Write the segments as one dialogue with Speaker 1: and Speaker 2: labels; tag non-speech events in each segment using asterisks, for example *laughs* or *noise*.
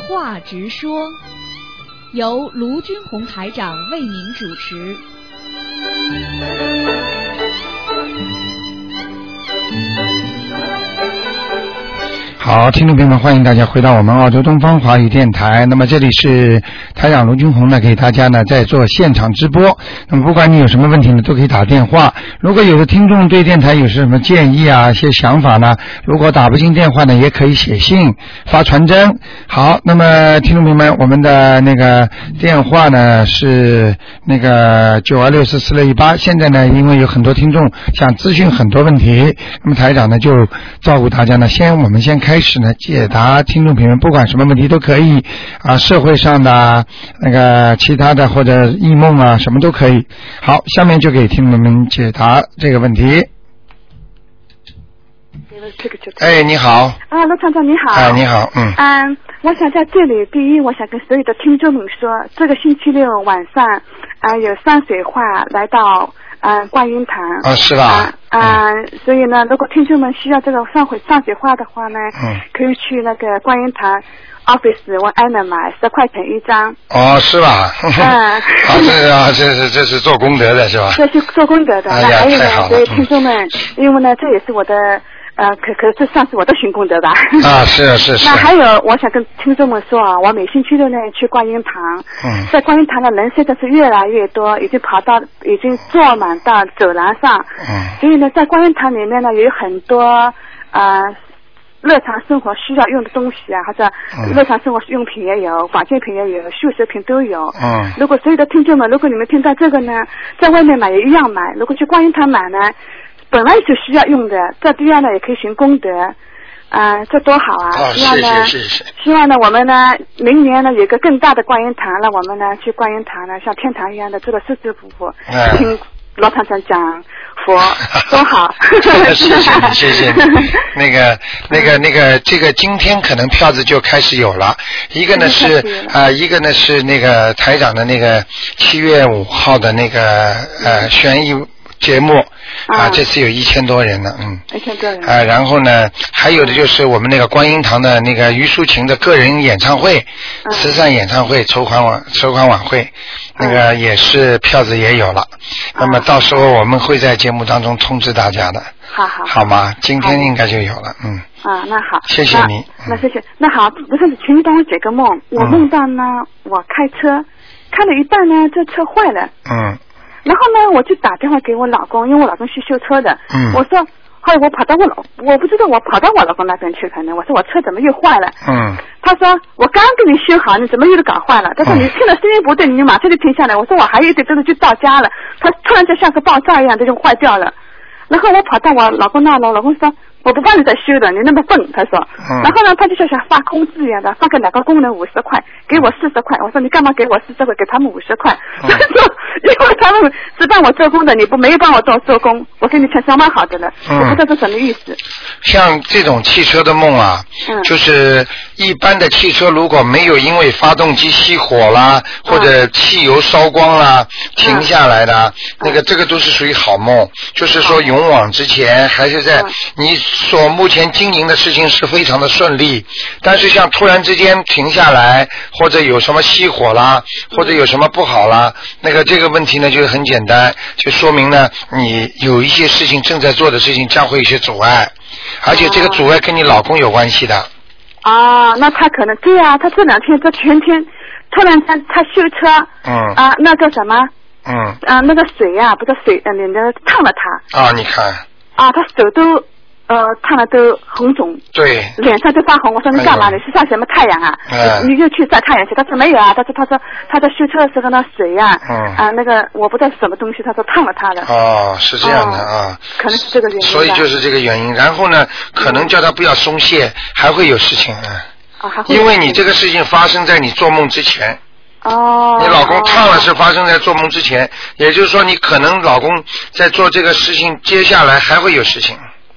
Speaker 1: 话直说，由卢军红台长为您主持。
Speaker 2: 好，听众朋友们，欢迎大家回到我们澳洲东方华语电台。那么这里是台长卢军红呢，给大家呢在做现场直播。那么不管你有什么问题呢，都可以打电话。如果有的听众对电台有什么建议啊、一些想法呢，如果打不进电话呢，也可以写信、发传真。好，那么听众朋友们，我们的那个电话呢是那个九二六四四六一八。现在呢，因为有很多听众想咨询很多问题，那么台长呢就照顾大家呢，先我们先开。开始呢，解答听众朋友们不管什么问题都可以啊，社会上的啊那个其他的或者异梦啊，什么都可以。好，下面就给听众们解答这个问题。哎，你好。
Speaker 3: 啊，罗厂长你好。
Speaker 2: 哎，你好，嗯。
Speaker 3: 嗯，我想在这里，第一，我想跟所有的听众们说，这个星期六晚上啊、呃，有山水画来到。嗯、呃，观音堂
Speaker 2: 啊、哦，是吧？
Speaker 3: 嗯、呃呃，所以呢，如果听众们需要这个上回上水画的话呢，
Speaker 2: 嗯，
Speaker 3: 可以去那个观音堂 office 问安娜买十块钱一张。
Speaker 2: 哦，是吧？ *laughs*
Speaker 3: 嗯，啊，
Speaker 2: 这啊，这是这是做功德的是吧？
Speaker 3: 这是做功德的。
Speaker 2: 哎呀，
Speaker 3: 还有呢，
Speaker 2: 太
Speaker 3: 所以听众们，嗯、因为呢，这也是我的呃，可可这算是我的寻功德吧。
Speaker 2: 啊，是、啊、是是。
Speaker 3: 那还有，我想跟听众们说啊，我每星期六呢去观音堂。
Speaker 2: 嗯。
Speaker 3: 在观音堂的人现在是越来越多，已经跑到已经坐满。到走廊上，
Speaker 2: 嗯
Speaker 3: 所以呢，在观音堂里面呢，有很多啊、呃，日常生活需要用的东西啊，或者日常生活用品也有，保健品也有，数学品都有。
Speaker 2: 嗯。
Speaker 3: 如果所有的听众们，如果你们听到这个呢，在外面买也一样买。如果去观音堂买呢，本来就需要用的，在第二呢也可以行功德。啊、呃，这多好啊！
Speaker 2: 哦、
Speaker 3: 希望呢
Speaker 2: 是 *laughs* 是是，
Speaker 3: 希望呢，我们呢，明年呢有个更大的观音堂，让我们呢去观音堂呢，像天堂一样的做的舒舒服服，听、
Speaker 2: 嗯。
Speaker 3: 罗厂长讲
Speaker 2: *laughs*
Speaker 3: 佛多好，
Speaker 2: 谢谢你，谢谢你。
Speaker 3: *laughs*
Speaker 2: 那个、那个、那个，这个今天可能票子就开始有了。一个呢是啊、呃，一个呢是那个台长的那个七月五号的那个呃悬疑节目啊，这次有一千多人了，嗯，
Speaker 3: 一千多人
Speaker 2: 啊。然后呢，还有的就是我们那个观音堂的那个于淑琴的个人演唱会、慈善演唱会筹款晚筹款晚会。那个也是票子也有了，那么到时候我们会在节目当中通知大家的。
Speaker 3: 好好。
Speaker 2: 好吗？今天应该就有了，嗯。
Speaker 3: 啊，那好。
Speaker 2: 谢谢你。
Speaker 3: 那谢谢，那好，不是，请你帮我解个梦。我梦到呢，我开车，开了一半呢，这车坏了。
Speaker 2: 嗯。
Speaker 3: 然后呢，我就打电话给我老公，因为我老公是修车的。
Speaker 2: 嗯。
Speaker 3: 我说，后来我跑到我老，我不知道我跑到我老公那边去，可能我说我车怎么又坏了？
Speaker 2: 嗯。
Speaker 3: 他说：“我刚给你修好，你怎么又给搞坏了？”他
Speaker 2: 哎
Speaker 3: 说：“你听了声音不对，你马上就停下来。”我说：“我还有一点东西就到家了。”他突然就像个爆炸一样，这就坏掉了。然后我跑到我老公那了，我老公说：“我不帮你再修了，你那么笨。”他说。
Speaker 2: 嗯、
Speaker 3: 然后呢，他就像想发工资一样的发给哪个工人五十块，给我四十块。我说：“你干嘛给我四十块？给他们五十块？”他说、嗯：“因为他们是帮我做工的，你不没有帮我做做工，我给你钱相当好的了。
Speaker 2: 嗯”
Speaker 3: 我不知道是什么意思。
Speaker 2: 像这种汽车的梦啊，就是一般。一般的汽车如果没有因为发动机熄火啦，或者汽油烧光啦停下来的，那个这个都是属于嗯好嗯梦，就是说勇往直前，还是在你所目前经营的事情是非常的顺利。但是像突然之间停下来，或者有什么熄火啦，或者有什么不好啦，那个这个问题呢就是很简单，就说明呢你有一些事情正在做的事情将会有些阻碍，而且这个阻碍跟你老公有关系的。
Speaker 3: 啊，那他可能对呀、啊，他这两天这全天，突然他他修车，
Speaker 2: 嗯，
Speaker 3: 啊，那叫什么？
Speaker 2: 嗯，
Speaker 3: 啊，那个水呀、啊，不是水，嗯、呃，那个烫了他。
Speaker 2: 啊，你看。
Speaker 3: 啊，他手都呃烫了都红肿。
Speaker 2: 对。
Speaker 3: 脸上就发红，我说你干嘛？哎、你是晒什么太阳啊？
Speaker 2: 哎、
Speaker 3: 你又去晒太阳去？他说没有啊，他说他说他在修车的时候那水呀、啊，
Speaker 2: 嗯，
Speaker 3: 啊那个我不知道什么东西，他说烫了他了。
Speaker 2: 哦，是这样的
Speaker 3: 啊。可能是这个原因。
Speaker 2: 所以就是这个原因，然后呢，可能叫他不要松懈，还会有事情啊。
Speaker 3: 哦，还会。
Speaker 2: 因为你这个事情发生在你做梦之前。
Speaker 3: 哦，
Speaker 2: 你老公烫了是发生在做梦之前，也就是说你可能老公在做这个事情，接下来还会有事情。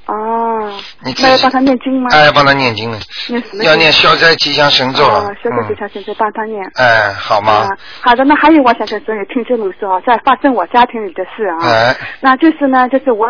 Speaker 3: 哦，
Speaker 2: 你
Speaker 3: 那要帮他念经吗？
Speaker 2: 哎，帮他念经了，
Speaker 3: 念什么？啊
Speaker 2: 要念消灾吉祥神咒了。
Speaker 3: 哦消灾吉祥神咒帮他念。
Speaker 2: 哎，好吗？
Speaker 3: 啊好的，那还有我想跟所有听众们说啊，在发生我家庭里的事啊，
Speaker 2: 哎、
Speaker 3: 那就是呢，就是我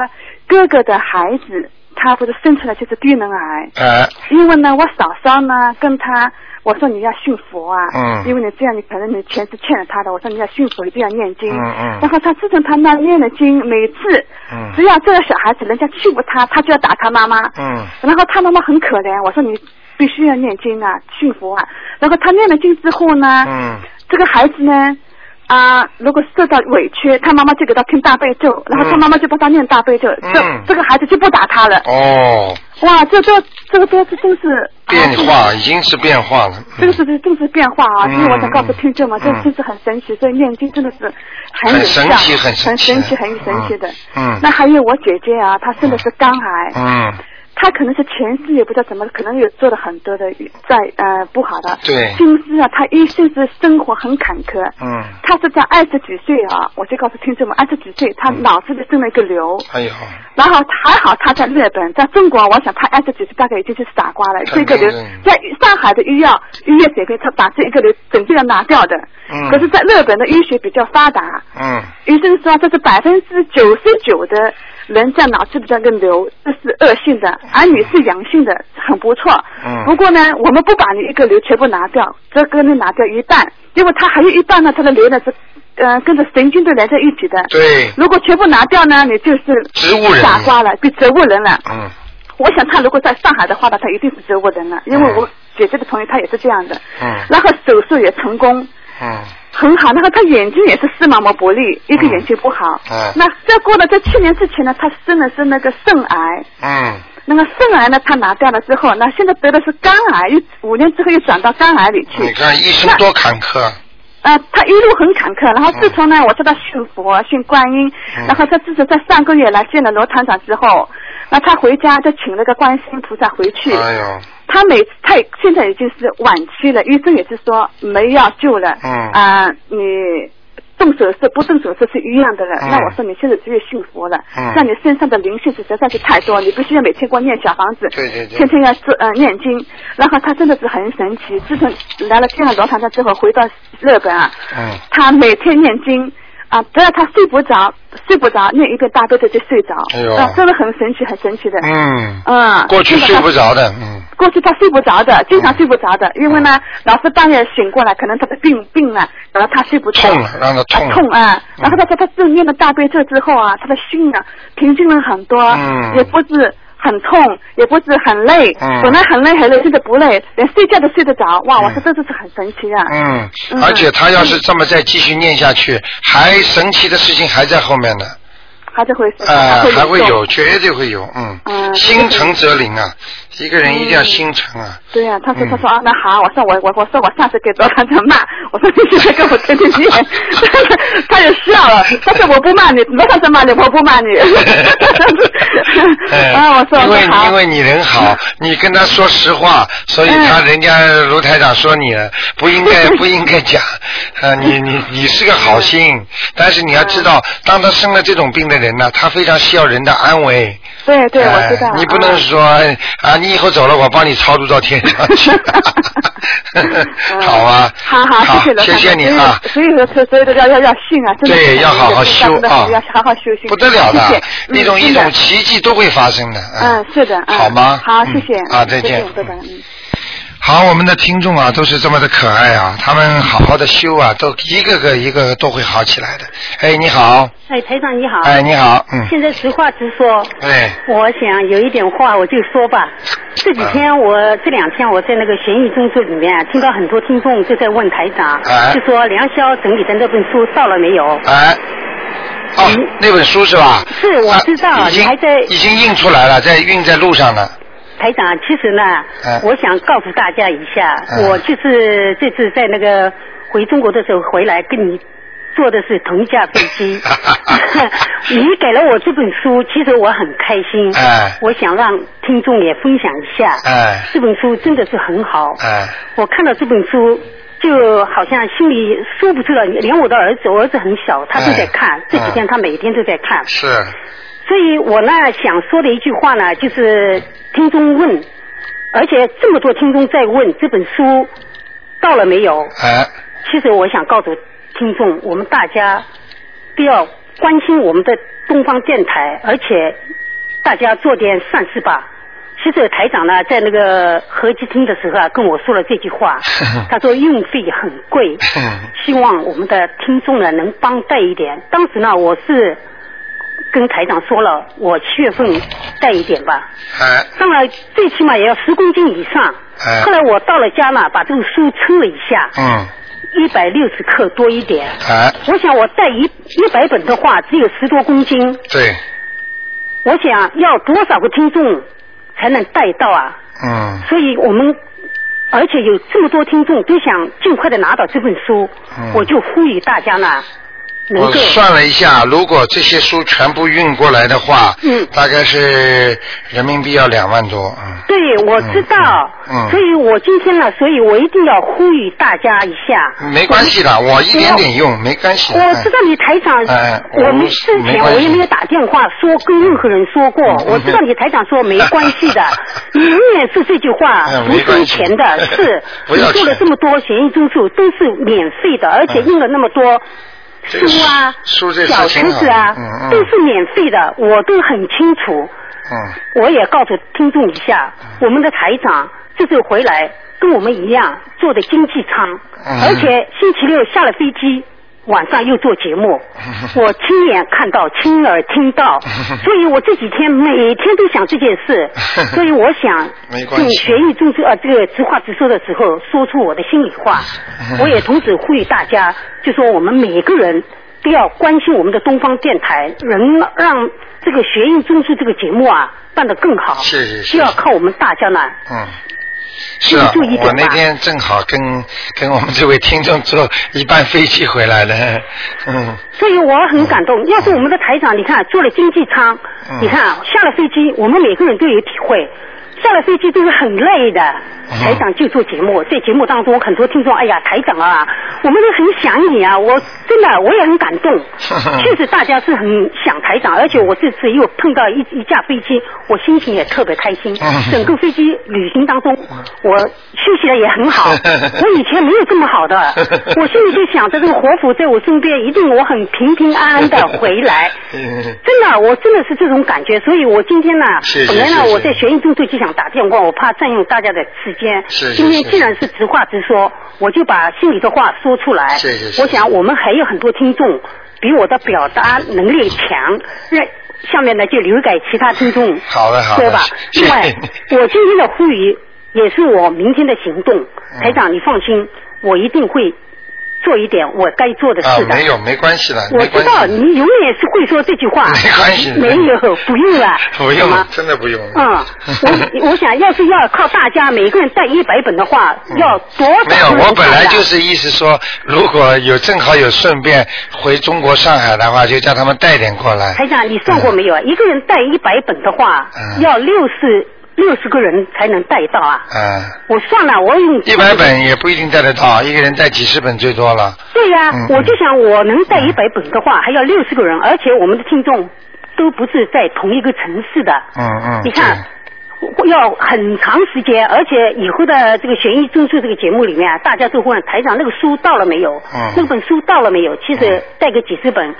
Speaker 3: 哥哥的孩子，他不是生出来就是低能癌，
Speaker 2: 哎、
Speaker 3: 因为呢，我嫂嫂呢跟他。我说你要信佛啊，
Speaker 2: 嗯
Speaker 3: 因为你这样你可能你钱是欠了他的。我说你要信佛，一定要念经。
Speaker 2: 嗯嗯
Speaker 3: 然后他自从他那念了经，每次
Speaker 2: 嗯
Speaker 3: 只要这个小孩子人家欺负他，他就要打他妈妈。
Speaker 2: 嗯
Speaker 3: 然后他妈妈很可怜，我说你必须要念经啊，信佛啊。然后他念了经之后呢，
Speaker 2: 嗯
Speaker 3: 这个孩子呢，啊、如果受到委屈，他妈妈就给他听大悲咒，然后他妈妈就帮他念大悲咒，
Speaker 2: 嗯
Speaker 3: 这这个孩子就不打他了。
Speaker 2: 哦，
Speaker 3: 哇，这都这个都是真是啊
Speaker 2: 变
Speaker 3: 这个
Speaker 2: 化已经是变化了。
Speaker 3: 这个是不是正是变化啊？
Speaker 2: 嗯
Speaker 3: 因为我想告诉听众嘛，
Speaker 2: 嗯
Speaker 3: 这真是很神奇，所以念经真的是很有
Speaker 2: 很神
Speaker 3: 效
Speaker 2: 奇很神
Speaker 3: 很
Speaker 2: 奇
Speaker 3: 神奇，很神奇的。
Speaker 2: 嗯嗯
Speaker 3: 那还有我姐姐啊，她生的是肝癌，
Speaker 2: 嗯，
Speaker 3: 她可能是前世也不知道怎么，可能有做了很多的在呃不好的。
Speaker 2: 对
Speaker 3: 今世啊，她一生是生活很坎坷。
Speaker 2: 嗯
Speaker 3: 她是在二十几岁啊，我就告诉听众们，二十几岁她脑子里生了一个瘤。
Speaker 2: 哎呦，
Speaker 3: 然后还好他在日本，在中国，我想他二十几岁大概已经是傻瓜了。这
Speaker 2: 肯定
Speaker 3: 个瘤
Speaker 2: 的
Speaker 3: 在上海的医药医业水平，他把这一个瘤整个要拿掉的。
Speaker 2: 嗯
Speaker 3: 可是，在日本的医学比较发达，
Speaker 2: 嗯
Speaker 3: 医生说这是百分之九十九的人在脑子里的那个瘤，这是恶性的，而你是阳性的，很不错。
Speaker 2: 嗯
Speaker 3: 不过呢，我们不把你一个瘤全部拿掉，只跟你拿掉一半，因为它还有一半呢，它的瘤呢是，呃，跟着神经都连在一起的。
Speaker 2: 对，
Speaker 3: 如果全部拿掉呢，你就是
Speaker 2: 植物人
Speaker 3: 傻瓜了，变植物人了。
Speaker 2: 嗯
Speaker 3: 我想他如果在上海的话呢，他一定是植物人了，因为我姐姐的朋友她也是这样的。
Speaker 2: 嗯
Speaker 3: 然后手术也成功，
Speaker 2: 嗯
Speaker 3: 很好。然后他眼睛也是视网膜剥离，一个眼睛不好。
Speaker 2: 嗯
Speaker 3: 那再过了在七年之前呢，他生的是那个肾癌，
Speaker 2: 嗯，
Speaker 3: 那个肾癌呢他拿掉了之后，那现在得的是肝癌，又五年之后又转到肝癌里去。
Speaker 2: 你看医生多坎坷。
Speaker 3: 呃，他一路很坎坷，然后自从呢，我叫他信佛、信观音，
Speaker 2: 嗯
Speaker 3: 然后他自从在上个月来见了罗团长之后，那他回家就请了个观世音菩萨回去。
Speaker 2: 哎呦，
Speaker 3: 他每他现在已经是晚期了，医生也是说没药救了。
Speaker 2: 嗯
Speaker 3: 啊、你动手术不动手术是一样的了。
Speaker 2: 嗯
Speaker 3: 那我说你现在只有信佛了，
Speaker 2: 嗯
Speaker 3: 那你身上的灵性是实在是太多，你必须要每天给我念小房子。
Speaker 2: 对对对
Speaker 3: 天天要做呃念经，然后他真的是很神奇。自从来了见了罗唐山之后，回到日本啊，
Speaker 2: 嗯
Speaker 3: 他每天念经。啊，只要他睡不着，睡不着，念一遍大悲咒就睡着，
Speaker 2: 哎呦
Speaker 3: 啊，真的很神奇，很神奇的。
Speaker 2: 嗯，
Speaker 3: 嗯，
Speaker 2: 过去
Speaker 3: 真的
Speaker 2: 睡
Speaker 3: 他
Speaker 2: 不着的，嗯
Speaker 3: 过去他睡不着的，经常睡不着的，因为呢，老是半夜醒过来，可能他的病病了，然后他睡不着。
Speaker 2: 痛了让他痛了嗯
Speaker 3: 啊痛啊！然后他他他自念了大悲咒之后啊，他的心啊平静了很多，
Speaker 2: 嗯
Speaker 3: 也不是很痛，也不是很累，
Speaker 2: 嗯
Speaker 3: 本来很累很累，现在不累，连睡觉都睡得着。哇，
Speaker 2: 嗯
Speaker 3: 我说这就是很神奇啊！
Speaker 2: 嗯，
Speaker 3: 嗯
Speaker 2: 而且他要是这么再继续念下去，还神奇的事情还在后面呢。
Speaker 3: 还是会
Speaker 2: 呃，还会
Speaker 3: 严重
Speaker 2: 有，绝对会有，嗯，
Speaker 3: 嗯
Speaker 2: 心诚则灵啊，一个人一定要心诚啊，
Speaker 3: 对呀、他说
Speaker 2: 嗯
Speaker 3: 他说啊，那好，我说我我我说我上次给罗团长骂，我说你现在跟我天
Speaker 2: *laughs*
Speaker 3: 天念， *laughs* 他也笑了，他说我不骂你，罗团长骂你，我不骂你。
Speaker 2: *laughs*
Speaker 3: *laughs*
Speaker 2: 哎
Speaker 3: 啊，我说
Speaker 2: 因
Speaker 3: 我
Speaker 2: 为
Speaker 3: 说好
Speaker 2: 因，为你人好，你跟他说实话，所以他
Speaker 3: 嗯
Speaker 2: 人家卢台长说你不应
Speaker 3: *laughs*
Speaker 2: 该不应该讲，啊，你你你是个好心，但是你要知道，
Speaker 3: 嗯
Speaker 2: 当他生了这种病的人呢，他非常需要人的安慰，
Speaker 3: 对对，我
Speaker 2: 哎
Speaker 3: 知道。
Speaker 2: 你不能
Speaker 3: 啊
Speaker 2: 说啊，你以后走了，我帮你超度到天上 *laughs* 去
Speaker 3: *laughs* 嗯，
Speaker 2: 好啊，
Speaker 3: 好好，谢谢罗
Speaker 2: 谢
Speaker 3: 团
Speaker 2: 谢
Speaker 3: 长
Speaker 2: 你啊，
Speaker 3: 所以所以说，所以说要要要信啊，真的是
Speaker 2: 对，要好好修
Speaker 3: 真的
Speaker 2: 啊
Speaker 3: 是要好好修行，
Speaker 2: 不得了的
Speaker 3: 谢谢，
Speaker 2: 那种
Speaker 3: 嗯
Speaker 2: 一
Speaker 3: 真的
Speaker 2: 种奇迹都会发生的。
Speaker 3: 嗯，是的，嗯
Speaker 2: 好吗？
Speaker 3: 好，谢谢
Speaker 2: 嗯啊，再见，
Speaker 3: 拜拜，
Speaker 2: 嗯
Speaker 3: 嗯。
Speaker 2: 好，我们的听众啊，都是这么的可爱啊，他们好好的修啊，都一个个一个个都会好起来的。哎，你好，
Speaker 4: 哎，台长你好。
Speaker 2: 哎，你好，嗯，
Speaker 4: 现在实话实说，
Speaker 2: 哎，
Speaker 4: 我想有一点话我就说吧。这几
Speaker 2: 哎
Speaker 4: 天我这两天我在那个悬疑综述里面啊听到很多听众就在问台长，
Speaker 2: 哎
Speaker 4: 就说梁霄整理的那本书到了没有？
Speaker 2: 哎。哦
Speaker 4: 嗯，
Speaker 2: 那本书是吧？
Speaker 4: 是我
Speaker 2: 啊
Speaker 4: 知道
Speaker 2: 已经
Speaker 4: 你还在
Speaker 2: 已经印出来了，在运在路上了。
Speaker 4: 台长，其实呢，
Speaker 2: 哎
Speaker 4: 我想告诉大家一下，
Speaker 2: 哎
Speaker 4: 我就是这次在那个回中国的时候回来跟你。坐的是同一架飞
Speaker 2: *laughs*
Speaker 4: 机，你给了我这本书，其实我很开心。
Speaker 2: 哎
Speaker 4: 我想让听众也分享一下。
Speaker 2: 哎
Speaker 4: 这本书真的是很好。
Speaker 2: 哎
Speaker 4: 我看到这本书，就好像心里说不出来，连我的儿子，我儿子很小，他都在看，
Speaker 2: 哎
Speaker 4: 这几天他每天都在看。
Speaker 2: 是，
Speaker 4: 所以我呢想说的一句话呢，就是听众问，而且这么多听众在问这本书到了没有？
Speaker 2: 哎
Speaker 4: 其实我想告诉听众，我们大家都要关心我们的东方电台，而且大家做点善事吧。其实台长呢，在那个合集厅的时候啊，跟我说了这句话，他说运费很贵，希望我们的听众呢能帮带一点。当时呢，我是跟台长说了，我七月份带一点吧，
Speaker 2: 哎
Speaker 4: 当然最起码也要十公斤以上。
Speaker 2: 哎
Speaker 4: 后来我到了家呢，把这个书称了一下，
Speaker 2: 嗯
Speaker 4: 一百六十克多一点。
Speaker 2: 哎，
Speaker 4: 我想我带一一百本的话，只有十多公斤。
Speaker 2: 对，
Speaker 4: 我想要多少个听众才能带到啊？
Speaker 2: 嗯
Speaker 4: 所以我们而且有这么多听众都想尽快的拿到这本书，
Speaker 2: 嗯
Speaker 4: 我就呼吁大家呢，能
Speaker 2: 我
Speaker 4: 够
Speaker 2: 算了一下，如果这些书全部运过来的话，
Speaker 4: 嗯
Speaker 2: 大概是人民币要两万多，嗯，
Speaker 4: 对，我知道，
Speaker 2: 嗯嗯嗯
Speaker 4: 所以我今天呢，所以我一定要呼吁大家一下。
Speaker 2: 嗯没关系的，我一点点用，没关系。嗯
Speaker 4: 我知道你台长，
Speaker 2: 哎我
Speaker 4: 我们之
Speaker 2: 没
Speaker 4: 前
Speaker 2: 关系
Speaker 4: 我也没有打电话说跟任何人说过。
Speaker 2: 嗯，
Speaker 4: 我知道你台长说没关系的
Speaker 2: *laughs*
Speaker 4: 你永远是这句话
Speaker 2: 哎，
Speaker 4: 不
Speaker 2: 没关系
Speaker 4: 收钱
Speaker 2: *laughs*
Speaker 4: 的，是
Speaker 2: 不
Speaker 4: 你
Speaker 2: 要
Speaker 4: 做了
Speaker 2: 钱
Speaker 4: 这么多悬疑综述都是免费的，而且
Speaker 2: 嗯
Speaker 4: 印了那么多。
Speaker 2: 这
Speaker 4: 书
Speaker 2: 个
Speaker 4: 啊，
Speaker 2: 书这事
Speaker 4: 小
Speaker 2: 情
Speaker 4: 册
Speaker 2: 好
Speaker 4: 子啊，
Speaker 2: 嗯嗯
Speaker 4: 都是免费的，我都很清楚。
Speaker 2: 嗯，
Speaker 4: 我也告诉听众一下，我们的台长这次回来跟我们一样坐的经济舱，
Speaker 2: 嗯，，，
Speaker 4: 而且星期六下了飞机，晚上又做节目我亲眼看到，亲耳听到所以我这几天每天都想这件事所以我想
Speaker 2: 嗯没关
Speaker 4: 用
Speaker 2: 系。
Speaker 4: 学艺中说呃这个直话直说的时候，说出我的心里话我也同时呼吁大家，就说我们每一个人都要关心我们的东方电台，能让这个学艺中枢这个节目啊办得更好，
Speaker 2: 是是是
Speaker 4: 就要靠我们大家呢。
Speaker 2: 嗯。是啊，
Speaker 4: 注意点吧
Speaker 2: 我那天正好跟跟我们这位听众坐一班飞机回来的，嗯，
Speaker 4: 所以我很感动。要是我们的台长，你看坐了经济舱，
Speaker 2: 嗯，，。
Speaker 4: 你看下了飞机，我们每个人都有体会。下了飞机都是很累的，台长就做节目，在节目当中很多听众，哎呀，台长啊，我们都很想你啊，我真的我也很感动确实大家是很想台长，而且我这次又碰到一一架飞机，我心情也特别开心整个飞机旅行当中我休息的也很好，我以前没有这么好的，我心里就想着这个活佛在我身边，一定我很平平安安的回来
Speaker 2: 嗯
Speaker 4: 真的，我真的是这种感觉，所以我今天呢，
Speaker 2: 是是
Speaker 4: 本来
Speaker 2: 是
Speaker 4: 呢
Speaker 2: 是
Speaker 4: 我在学院中队就想打电话，我怕占用大家的时间。
Speaker 2: 是是
Speaker 4: 今天
Speaker 2: 是
Speaker 4: 既然是直话直说，我就把心里的话说出来。
Speaker 2: 是是是
Speaker 4: 我想我们还有很多听众比我的表达能力强，让下面呢就留给其他听众。
Speaker 2: 好的好的
Speaker 4: 对吧？
Speaker 2: 谢谢
Speaker 4: 另外
Speaker 2: 你，
Speaker 4: 我今天的呼吁也是我明天的行动。
Speaker 2: 嗯
Speaker 4: 台长，你放心，我一定会做一点我该做的
Speaker 2: 啊，
Speaker 4: 事的。
Speaker 2: 没有，没关系的，
Speaker 4: 我
Speaker 2: 没
Speaker 4: 知
Speaker 2: 关
Speaker 4: 道
Speaker 2: 系。
Speaker 4: 你永远是会说这句话，
Speaker 2: 没关系
Speaker 4: 没有不用了，
Speaker 2: *laughs* 不
Speaker 4: 好
Speaker 2: 用
Speaker 4: 吗，
Speaker 2: 真的不用。
Speaker 4: 嗯，
Speaker 2: *laughs*
Speaker 4: 我我想要是要靠大家每个人带一百本的话，要多少
Speaker 2: 嗯没有，
Speaker 4: 人
Speaker 2: 我本来
Speaker 4: 看啊
Speaker 2: 就是意思说，如果有正好有顺便回中国上海的话，就叫他们带点过来。
Speaker 4: 台长，你算过没有？啊一个人带一百本的话，
Speaker 2: 嗯
Speaker 4: 要六十六十个人才能带到啊！
Speaker 2: 嗯，
Speaker 4: 我算了，我用
Speaker 2: 一百本也不一定带得到，一个人带几十本最多了。
Speaker 4: 对呀、
Speaker 2: 嗯
Speaker 4: 我就想我能带一百本的话，还要六十个人，而且我们的听众都不是在同一个城市的。
Speaker 2: 嗯嗯。
Speaker 4: 你看，要很长时间，而且以后的这个悬疑综述这个节目里面啊，大家都会问台长那个书到了没有？
Speaker 2: 嗯
Speaker 4: 那本书到了没有？其实带个几十本，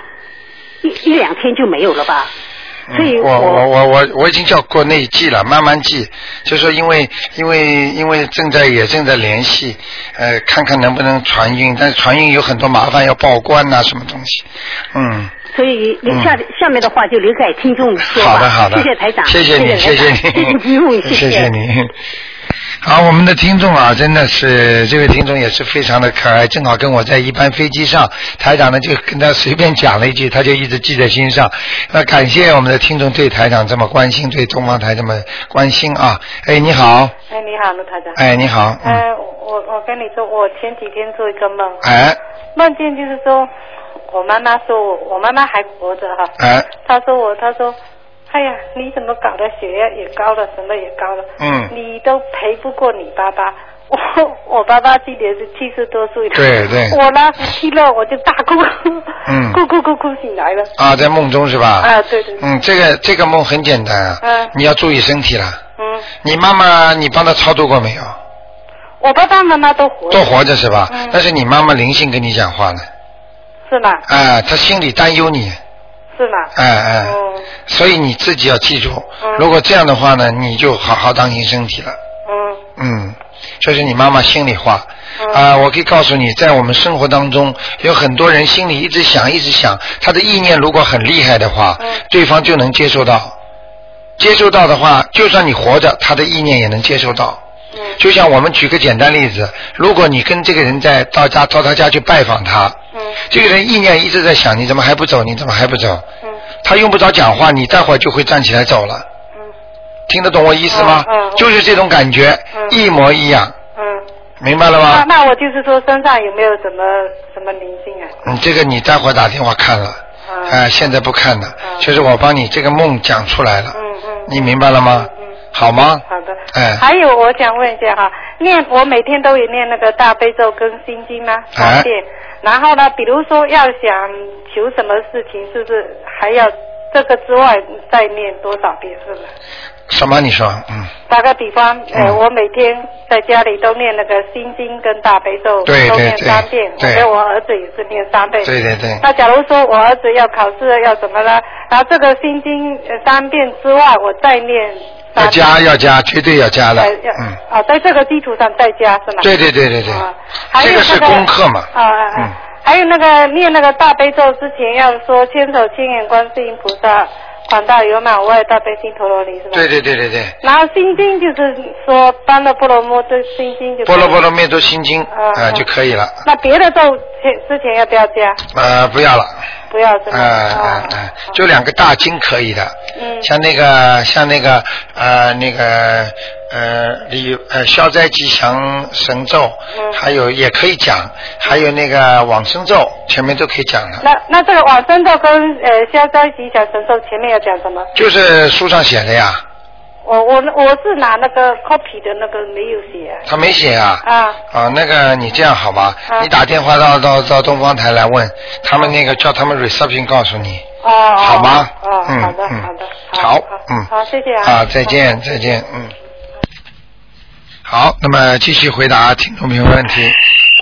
Speaker 4: 一一两天就没有了吧？
Speaker 2: 嗯
Speaker 4: 所以
Speaker 2: 我我我我我已经叫国内寄了，慢慢寄。就说因为因为因为正在也正在联系，呃，看看能不能船运，但是船运有很多麻烦，要报关呐、什么东西。嗯，
Speaker 4: 所以你
Speaker 2: 嗯
Speaker 4: 下、下面的话就留给听众说吧。
Speaker 2: 好的好的，
Speaker 4: 谢谢台长，
Speaker 2: 谢谢你，谢
Speaker 4: 谢
Speaker 2: 谢
Speaker 4: 台长
Speaker 2: 你，
Speaker 4: *laughs* 不用，
Speaker 2: 谢谢你。好，我们的听众啊，真的是这位听众也是非常的可爱，正好跟我在一班飞机上，台长呢就跟他随便讲了一句，他就一直记在心上。那感谢我们的听众对台长这么关心，对东方台这么关心啊。哎，你好，
Speaker 5: 哎，你好，卢台长。
Speaker 2: 哎，你好，嗯，
Speaker 5: 哎，我我跟你说，我前几天做一个梦，
Speaker 2: 哎
Speaker 5: 梦见就是说，我妈妈说我，我妈妈还活着哈，
Speaker 2: 哎，
Speaker 5: 她说我，她说，哎呀，你怎么搞的，血压也高了，什么也高了，
Speaker 2: 嗯，
Speaker 5: 你都赔不过你爸爸。我我爸爸今年是七十多岁了，
Speaker 2: 对对
Speaker 5: 我那时听了我就大哭，
Speaker 2: 嗯
Speaker 5: 哭哭哭哭醒来了，
Speaker 2: 啊，在梦中是吧？
Speaker 5: 啊，对对，
Speaker 2: 嗯，这个这个梦很简单啊
Speaker 5: 嗯，
Speaker 2: 你要注意身体了。
Speaker 5: 嗯，
Speaker 2: 你妈妈，你帮她操作过没有？
Speaker 5: 我爸爸妈妈都活着
Speaker 2: 都活着是吧？
Speaker 5: 嗯
Speaker 2: 但是你妈妈灵性跟你讲话呢，啊
Speaker 5: 是吗？
Speaker 2: 哎，她心里担忧你，
Speaker 5: 是吗？
Speaker 2: 哎哎，
Speaker 5: 嗯
Speaker 2: 所以你自己要记住
Speaker 5: 嗯，
Speaker 2: 如果这样的话呢，你就好好当心身体了。
Speaker 5: 嗯
Speaker 2: 嗯，这是你妈妈心里话。啊、我可以告诉你，在我们生活当中，有很多人心里一直想，一直想，他的意念如果很厉害的话，
Speaker 5: 嗯
Speaker 2: 对方就能接受到。接受到的话，就算你活着，他的意念也能接受到。
Speaker 5: 嗯
Speaker 2: 就像我们举个简单例子，如果你跟这个人在到家到他家去拜访他，
Speaker 5: 嗯
Speaker 2: 这个人意念一直在想，你怎么还不走？你怎么还不走？
Speaker 5: 嗯
Speaker 2: 他用不着讲话，你待会儿就会站起来走了。听得懂我意思吗？就是这种感觉，一模一样，
Speaker 5: 嗯。
Speaker 2: 明白了
Speaker 5: 那
Speaker 2: 吗？
Speaker 5: 那我就是说身上有没有什么什么灵性啊？
Speaker 2: 嗯，这个你待会儿打电话看了，
Speaker 5: 嗯
Speaker 2: 哎、现在不看了，就是我帮你这个梦讲出来了，
Speaker 5: 嗯嗯。
Speaker 2: 你明白了吗？好吗？
Speaker 5: 好的。
Speaker 2: 哎
Speaker 5: 还有，我想问一下哈，念我每天都有念那个大悲咒跟心经吗？
Speaker 2: 哎
Speaker 5: 三遍。然后呢，比如说要想求什么事情，是不是还要这个之外再念多少遍？是不是？
Speaker 2: 什么？你说，嗯，
Speaker 5: 打个比方，呃，我每天在家里都念那个心经跟大悲咒，
Speaker 2: 对
Speaker 5: 都
Speaker 2: 对
Speaker 5: 念
Speaker 2: 对
Speaker 5: 三遍，我
Speaker 2: 对
Speaker 5: 给我儿子也是念三遍。
Speaker 2: 对对对，
Speaker 5: 那假如说我儿子要考试要怎么了，然后这个心经呃三遍之外，我再念
Speaker 2: 要加要加，绝对要加的
Speaker 5: 呃，要
Speaker 2: 嗯，
Speaker 5: 啊，在这个基础上再加是吗？
Speaker 2: 对对对对对，
Speaker 5: 还有
Speaker 2: 这
Speaker 5: 那
Speaker 2: 个是功课嘛嗯
Speaker 5: 啊啊啊！还有那个念那个大悲咒之前要说千手千眼观世音菩萨，广大圆满无碍大悲心陀罗尼是吗？
Speaker 2: 对对对对对，
Speaker 5: 然后心经就是说般若波罗蜜这心经就可以
Speaker 2: 波罗波罗蜜多心经
Speaker 5: 啊
Speaker 2: 啊就可以了，
Speaker 5: 那别的咒前之前要不要加？
Speaker 2: 呃，不要了，
Speaker 5: 不要是哦
Speaker 2: 呃
Speaker 5: 吗？
Speaker 2: 呃呃，就两个大经可以的，
Speaker 5: 嗯
Speaker 2: 像那个像那个呃那个呃李呃消灾吉祥神咒，
Speaker 5: 嗯
Speaker 2: 还有也可以讲，还有那个往生咒，前面都可以讲了。
Speaker 5: 那那这个哦往生咒跟呃消灾吉祥神咒前面要讲什么？
Speaker 2: 就是书上写的呀，
Speaker 5: 我我我是拿那个 copy 的那个没有写
Speaker 2: 他没写啊。
Speaker 5: 啊。
Speaker 2: 啊，那个你这样好吧，
Speaker 5: 啊
Speaker 2: 你打电话到到到东方台来问，他们那个叫他们 reception 告诉你，
Speaker 5: 哦哦。
Speaker 2: 好吗？
Speaker 5: 哦，
Speaker 2: 嗯
Speaker 5: 好的
Speaker 2: 嗯
Speaker 5: 好的。
Speaker 2: 好，嗯，
Speaker 5: 好，谢谢啊。
Speaker 2: 啊，再见再见，嗯。好，那么继续回答听众朋友问题。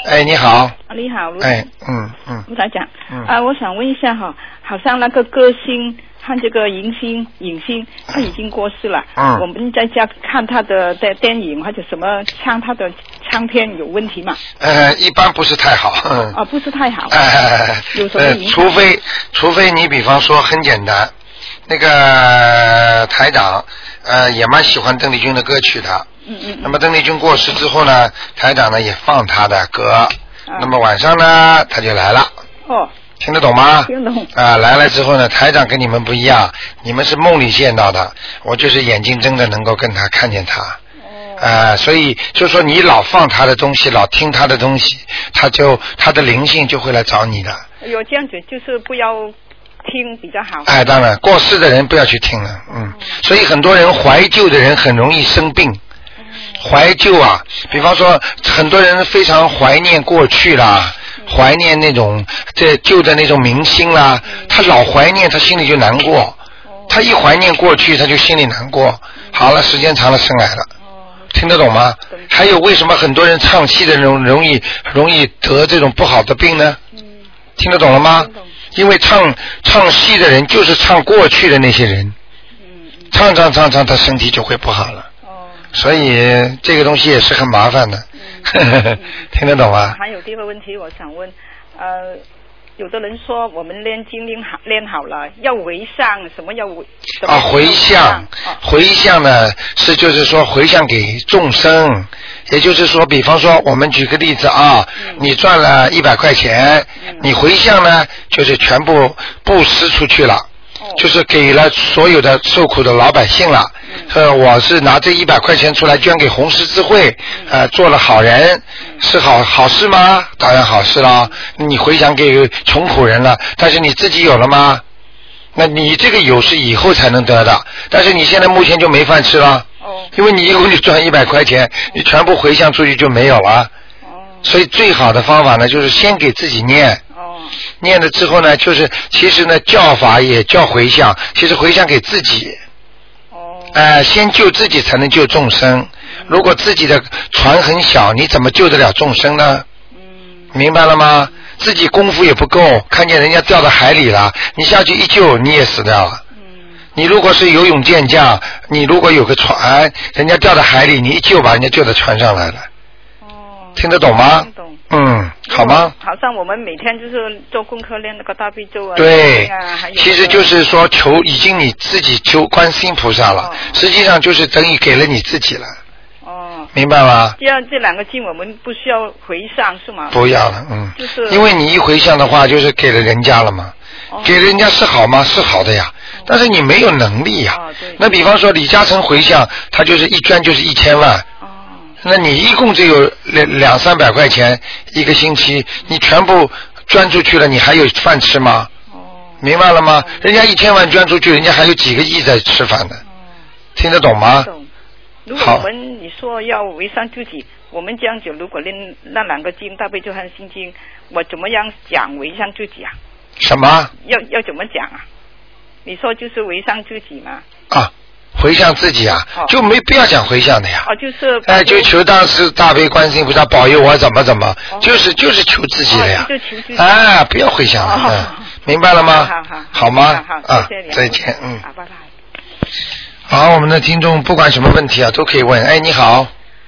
Speaker 2: 哎，你好，
Speaker 6: 你好，卢
Speaker 2: 哎，嗯嗯，
Speaker 6: 卢台长，
Speaker 2: 嗯
Speaker 6: 啊，我想问一下哈，好像那个歌星和这个影星影星，他已经过世了，
Speaker 7: 嗯
Speaker 6: 我们在家看他的电电影或者什么唱他的唱片有问题嘛？
Speaker 2: 呃，一般不是太好，嗯
Speaker 6: 啊，不是太好，
Speaker 2: 哎
Speaker 6: 有什么
Speaker 2: *laughs* 呃，
Speaker 6: 影响
Speaker 2: 除非除非你比方说很简单，那个台长呃也蛮喜欢邓丽君的歌曲的。
Speaker 6: 嗯嗯
Speaker 2: 那么邓丽君过世之后呢，台长呢也放她的歌。
Speaker 6: 嗯
Speaker 2: 那么晚上呢，他就来了，
Speaker 6: 哦，
Speaker 2: 听得懂吗？
Speaker 6: 听得懂。
Speaker 2: 啊，来了之后呢，台长跟你们不一样，你们是梦里见到的，我就是眼睛睁着能够跟他看见他。
Speaker 6: 哦
Speaker 2: 啊、所以就说你老放他的东西，老听他的东西，他就他的灵性就会来找你的。
Speaker 6: 有这样子就是不要听比较好。
Speaker 2: 哎，当然，过世的人不要去听了，嗯。所以很多人怀旧的人很容易生病。怀旧啊，比方说，很多人非常怀念过去啦，怀念那种这旧的那种明星啦，他老怀念，他心里就难过。他一怀念过去，他就心里难过。好了，时间长了，生癌了。听得懂吗？还有为什么很多人唱戏的人容容易容易得这种不好的病呢？听得懂了吗？因为唱唱戏的人就是唱过去的那些人，唱唱唱唱，他身体就会不好了。所以这个东西也是很麻烦的， *laughs* 听得懂吗？
Speaker 6: 还有第二个问题，我想问，呃，有的人说我们练经练好练好了，要回向，什么要回？啊什么
Speaker 2: 啊，回向，回向呢是就是说回向给众生，也就是说，比方说我们举个例子啊，
Speaker 6: 嗯
Speaker 2: 你赚了一百块钱，你回向呢就是全部布施出去了。
Speaker 6: 哦
Speaker 2: 就是给了所有的受苦的老百姓了，
Speaker 6: 嗯
Speaker 2: 呃，我是拿这一百块钱出来捐给红十字会，
Speaker 6: 嗯
Speaker 2: 呃，做了好人，是好好事吗？当然好事啦，
Speaker 6: 嗯
Speaker 2: 你回想给穷苦人了，但是你自己有了吗？那你这个有是以后才能得的，但是你现在目前就没饭吃了，
Speaker 6: 哦
Speaker 2: 因为你一共就赚一百块钱，你全部回向出去就没有了。
Speaker 6: 哦
Speaker 2: 所以最好的方法呢，就是先给自己念。
Speaker 6: 哦
Speaker 2: 念了之后呢，就是其实呢，教法也叫回向，其实回向给自己。
Speaker 5: 哦
Speaker 2: 呃，先救自己才能救众生。如果自己的船很小，你怎么救得了众生呢？
Speaker 5: 嗯
Speaker 2: 明白了吗？自己功夫也不够，看见人家掉到海里了，你下去一救，你也死掉了。
Speaker 5: 嗯
Speaker 2: 你如果是游泳健将，你如果有个船，人家掉到海里，你一救把人家救到船上来了。哦。听得懂吗？
Speaker 5: 听懂。
Speaker 2: 嗯，好吗？
Speaker 5: 好像我们每天就是做功课练那个大悲咒啊，
Speaker 2: 对
Speaker 5: 啊，还有
Speaker 2: 其实就是说求已经你自己求观世音菩萨
Speaker 5: 哦
Speaker 2: 了，实际上就是等于给了你自己了。哦。明白吗？
Speaker 5: 这样这两个经我们不需要回向是吗？
Speaker 2: 不要了，嗯。
Speaker 5: 哦就是哦
Speaker 2: 因为你一回向的话，就是给了人家了嘛。给人家是好吗？是好的呀，但是你没有能力呀。
Speaker 5: 哦
Speaker 2: 那比方说李嘉诚回向，他就是一捐就是一千万。
Speaker 5: 哦
Speaker 2: 那你一共只有两两三百块钱一个星期，你全部捐出去了，你还有饭吃吗？
Speaker 5: 哦
Speaker 2: 明白了吗？人家一千万捐出去，人家还有几个亿在吃饭
Speaker 5: 哦
Speaker 2: 呢，听得懂吗？
Speaker 5: 如果我们你说要为善自己，我们这样子如果练那两个经大悲咒和心经，我怎么样讲为善自己啊？
Speaker 2: 什么
Speaker 5: 要要怎么讲啊？你说就是为善自己嘛？
Speaker 2: 啊？回向自己啊，
Speaker 5: 哦
Speaker 2: 就没必要讲回向的呀。
Speaker 5: 哦，就是
Speaker 2: 哎，就求当时大悲观世音菩萨保佑我怎么怎么，就是就是求自己的呀。
Speaker 5: 哦就求自己
Speaker 2: 哎，不要回想了，嗯，明白了吗？
Speaker 5: 好好好
Speaker 2: 吗？
Speaker 5: 好好
Speaker 2: 啊
Speaker 5: 谢谢你，啊
Speaker 2: 再见，嗯。
Speaker 5: 好，拜拜。
Speaker 2: 好，我们的听众不管什么问题啊，都可以问。哎，你好，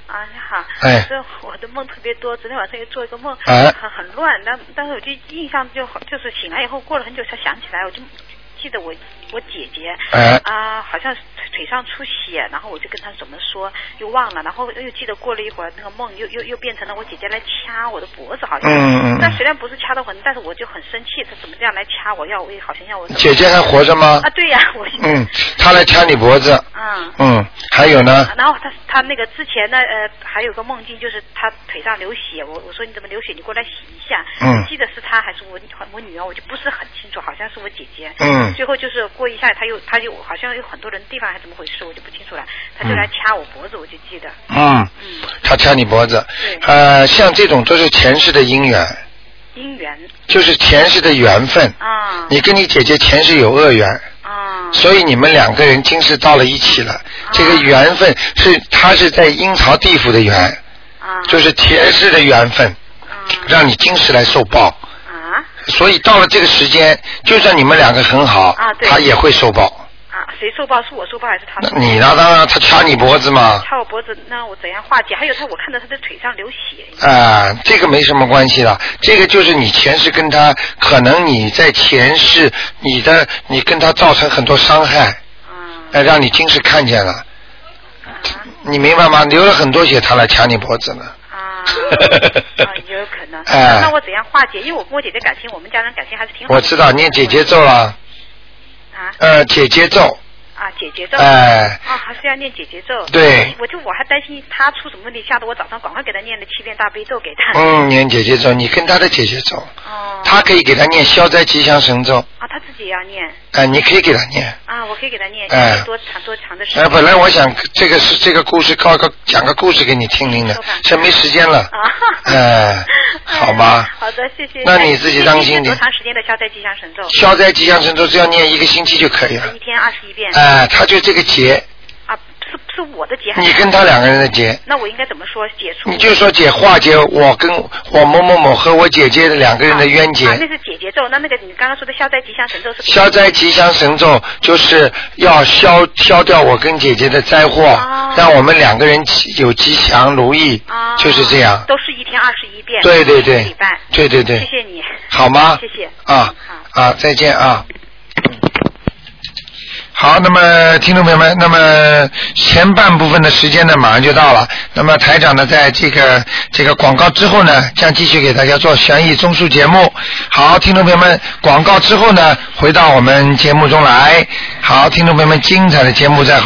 Speaker 3: 啊，你好。
Speaker 2: 哎
Speaker 3: 这我的梦特别多，昨天晚上又做一个梦，
Speaker 2: 哎
Speaker 3: 很很乱，但但是我就印象就好，就是醒来以后过了很久才想起来，我就记得我我姐姐，
Speaker 8: 哎
Speaker 3: 啊，好像是腿腿上出血，然后我就跟她怎么说，又忘了，然后又记得过了一会儿，那个梦又又又变成了我姐姐来掐我的脖子，好
Speaker 2: 嗯
Speaker 3: 像，
Speaker 2: 嗯嗯
Speaker 3: 但虽然不是掐的很，但是我 *laughs* 就很生气，她怎么这样来掐我，要我好像要我怎么
Speaker 2: 姐姐还活着吗
Speaker 3: 啊，对呀、我
Speaker 2: 嗯，他来掐你脖子，
Speaker 3: 嗯
Speaker 2: 嗯，还有呢，
Speaker 3: 然后他他那个之前呢，呃，还有个梦境，就是他腿上流血，我我说你怎么流血？你过来洗一下。
Speaker 2: 嗯
Speaker 3: 记得是他还是我我女儿，我就不是很清楚，好像是我姐姐。
Speaker 8: 嗯
Speaker 3: 最后就是过一下，他又他又好像有很多人地方还怎么回事，我就不清楚了。他就来掐我脖子，我就记得。
Speaker 2: 嗯，他掐你脖子，呃，像这种都是前世的姻缘，
Speaker 3: 姻缘
Speaker 2: 就是前世的缘分。
Speaker 3: 啊。
Speaker 2: 你跟你姐姐前世有恶缘。
Speaker 3: 啊。
Speaker 2: 所以你们两个人今世到了一起了，这个缘分是他是在阴曹地府的缘。啊。就是前世的缘分。
Speaker 3: 啊
Speaker 2: 让你今世来受报。啊。所以到了这个时间，就算你们两个很好，
Speaker 3: 啊对
Speaker 2: 他也会受报。
Speaker 3: 啊，谁受报？是我受报还是他受报？
Speaker 2: 你呢？当然他掐你脖子嘛。
Speaker 3: 掐我脖子，那我怎样化解？还有他，我看到他的腿上流血。
Speaker 2: 啊、这个没什么关系了，这个就是你前世跟他，可能你在前世你的你跟他造成很多伤害，
Speaker 3: 嗯
Speaker 2: 哎，让你今世看见了，你明白吗？流了很多血，他来掐你脖子呢。
Speaker 3: *laughs* 啊，也有可能。
Speaker 2: 哎
Speaker 3: 那我怎样化解？因为我跟我姐姐感情，我们家人感情还是挺好的。
Speaker 2: 我知道念姐姐咒了，
Speaker 3: 啊
Speaker 2: 呃，姐姐咒，
Speaker 3: 啊，姐姐咒。
Speaker 2: 哎
Speaker 3: 啊，还是要念姐姐咒。
Speaker 2: 对
Speaker 3: 我就我还担心她出什么问题，吓得我早上赶快给她念了七遍大悲咒给她。
Speaker 2: 嗯，念姐姐咒，你跟他的姐姐咒，他可以给他念消灾吉祥神咒，
Speaker 3: *laughs* 啊，她自己也要念。
Speaker 2: 哎、你可以给他念。
Speaker 3: 啊，我可以给她念。
Speaker 2: 哎
Speaker 3: 多长多长的时间。
Speaker 2: 哎，本来我想这个是这个故事，告个讲个故事给你听听的，现在没时间了。
Speaker 3: 啊。
Speaker 2: 哎，好吧。
Speaker 3: *laughs* 好的，谢谢。
Speaker 2: 那你自己当心
Speaker 3: 念多
Speaker 2: 点。
Speaker 3: 长时间的消灾吉祥神咒？
Speaker 2: 消灾吉祥神咒只要念一个星期就可以了
Speaker 3: 一。天二十一遍。啊
Speaker 2: 哎，他就这个劫，
Speaker 3: 是是我的劫还是？
Speaker 2: 你跟他两个人的劫，
Speaker 3: 那我应该怎么说解除？
Speaker 2: 你就说解化解我跟我某某某和我姐姐的两个人的冤结。
Speaker 3: 啊，那是姐姐咒，那那个你刚刚说的消灾吉祥神咒是？
Speaker 2: 消灾吉祥神咒就是要消消掉我跟姐姐的灾祸，
Speaker 3: 啊
Speaker 2: 让我们两个人吉有吉祥如意，就是这样。
Speaker 3: 都是一天二十一遍，
Speaker 2: 对对对
Speaker 3: 一个礼拜，
Speaker 2: 对对对
Speaker 3: 谢谢你，
Speaker 2: 好吗
Speaker 3: 谢嗯谢。
Speaker 2: 啊啊，再见啊。好，那么听众朋友们，那么前半部分的时间呢，马上就到了。那么台长呢，在这个这个广告之后呢，将继续给大家做悬疑综述节目。好，听众朋友们，广告之后呢，回到我们节目中来。好，听众朋友们，精彩的节目在。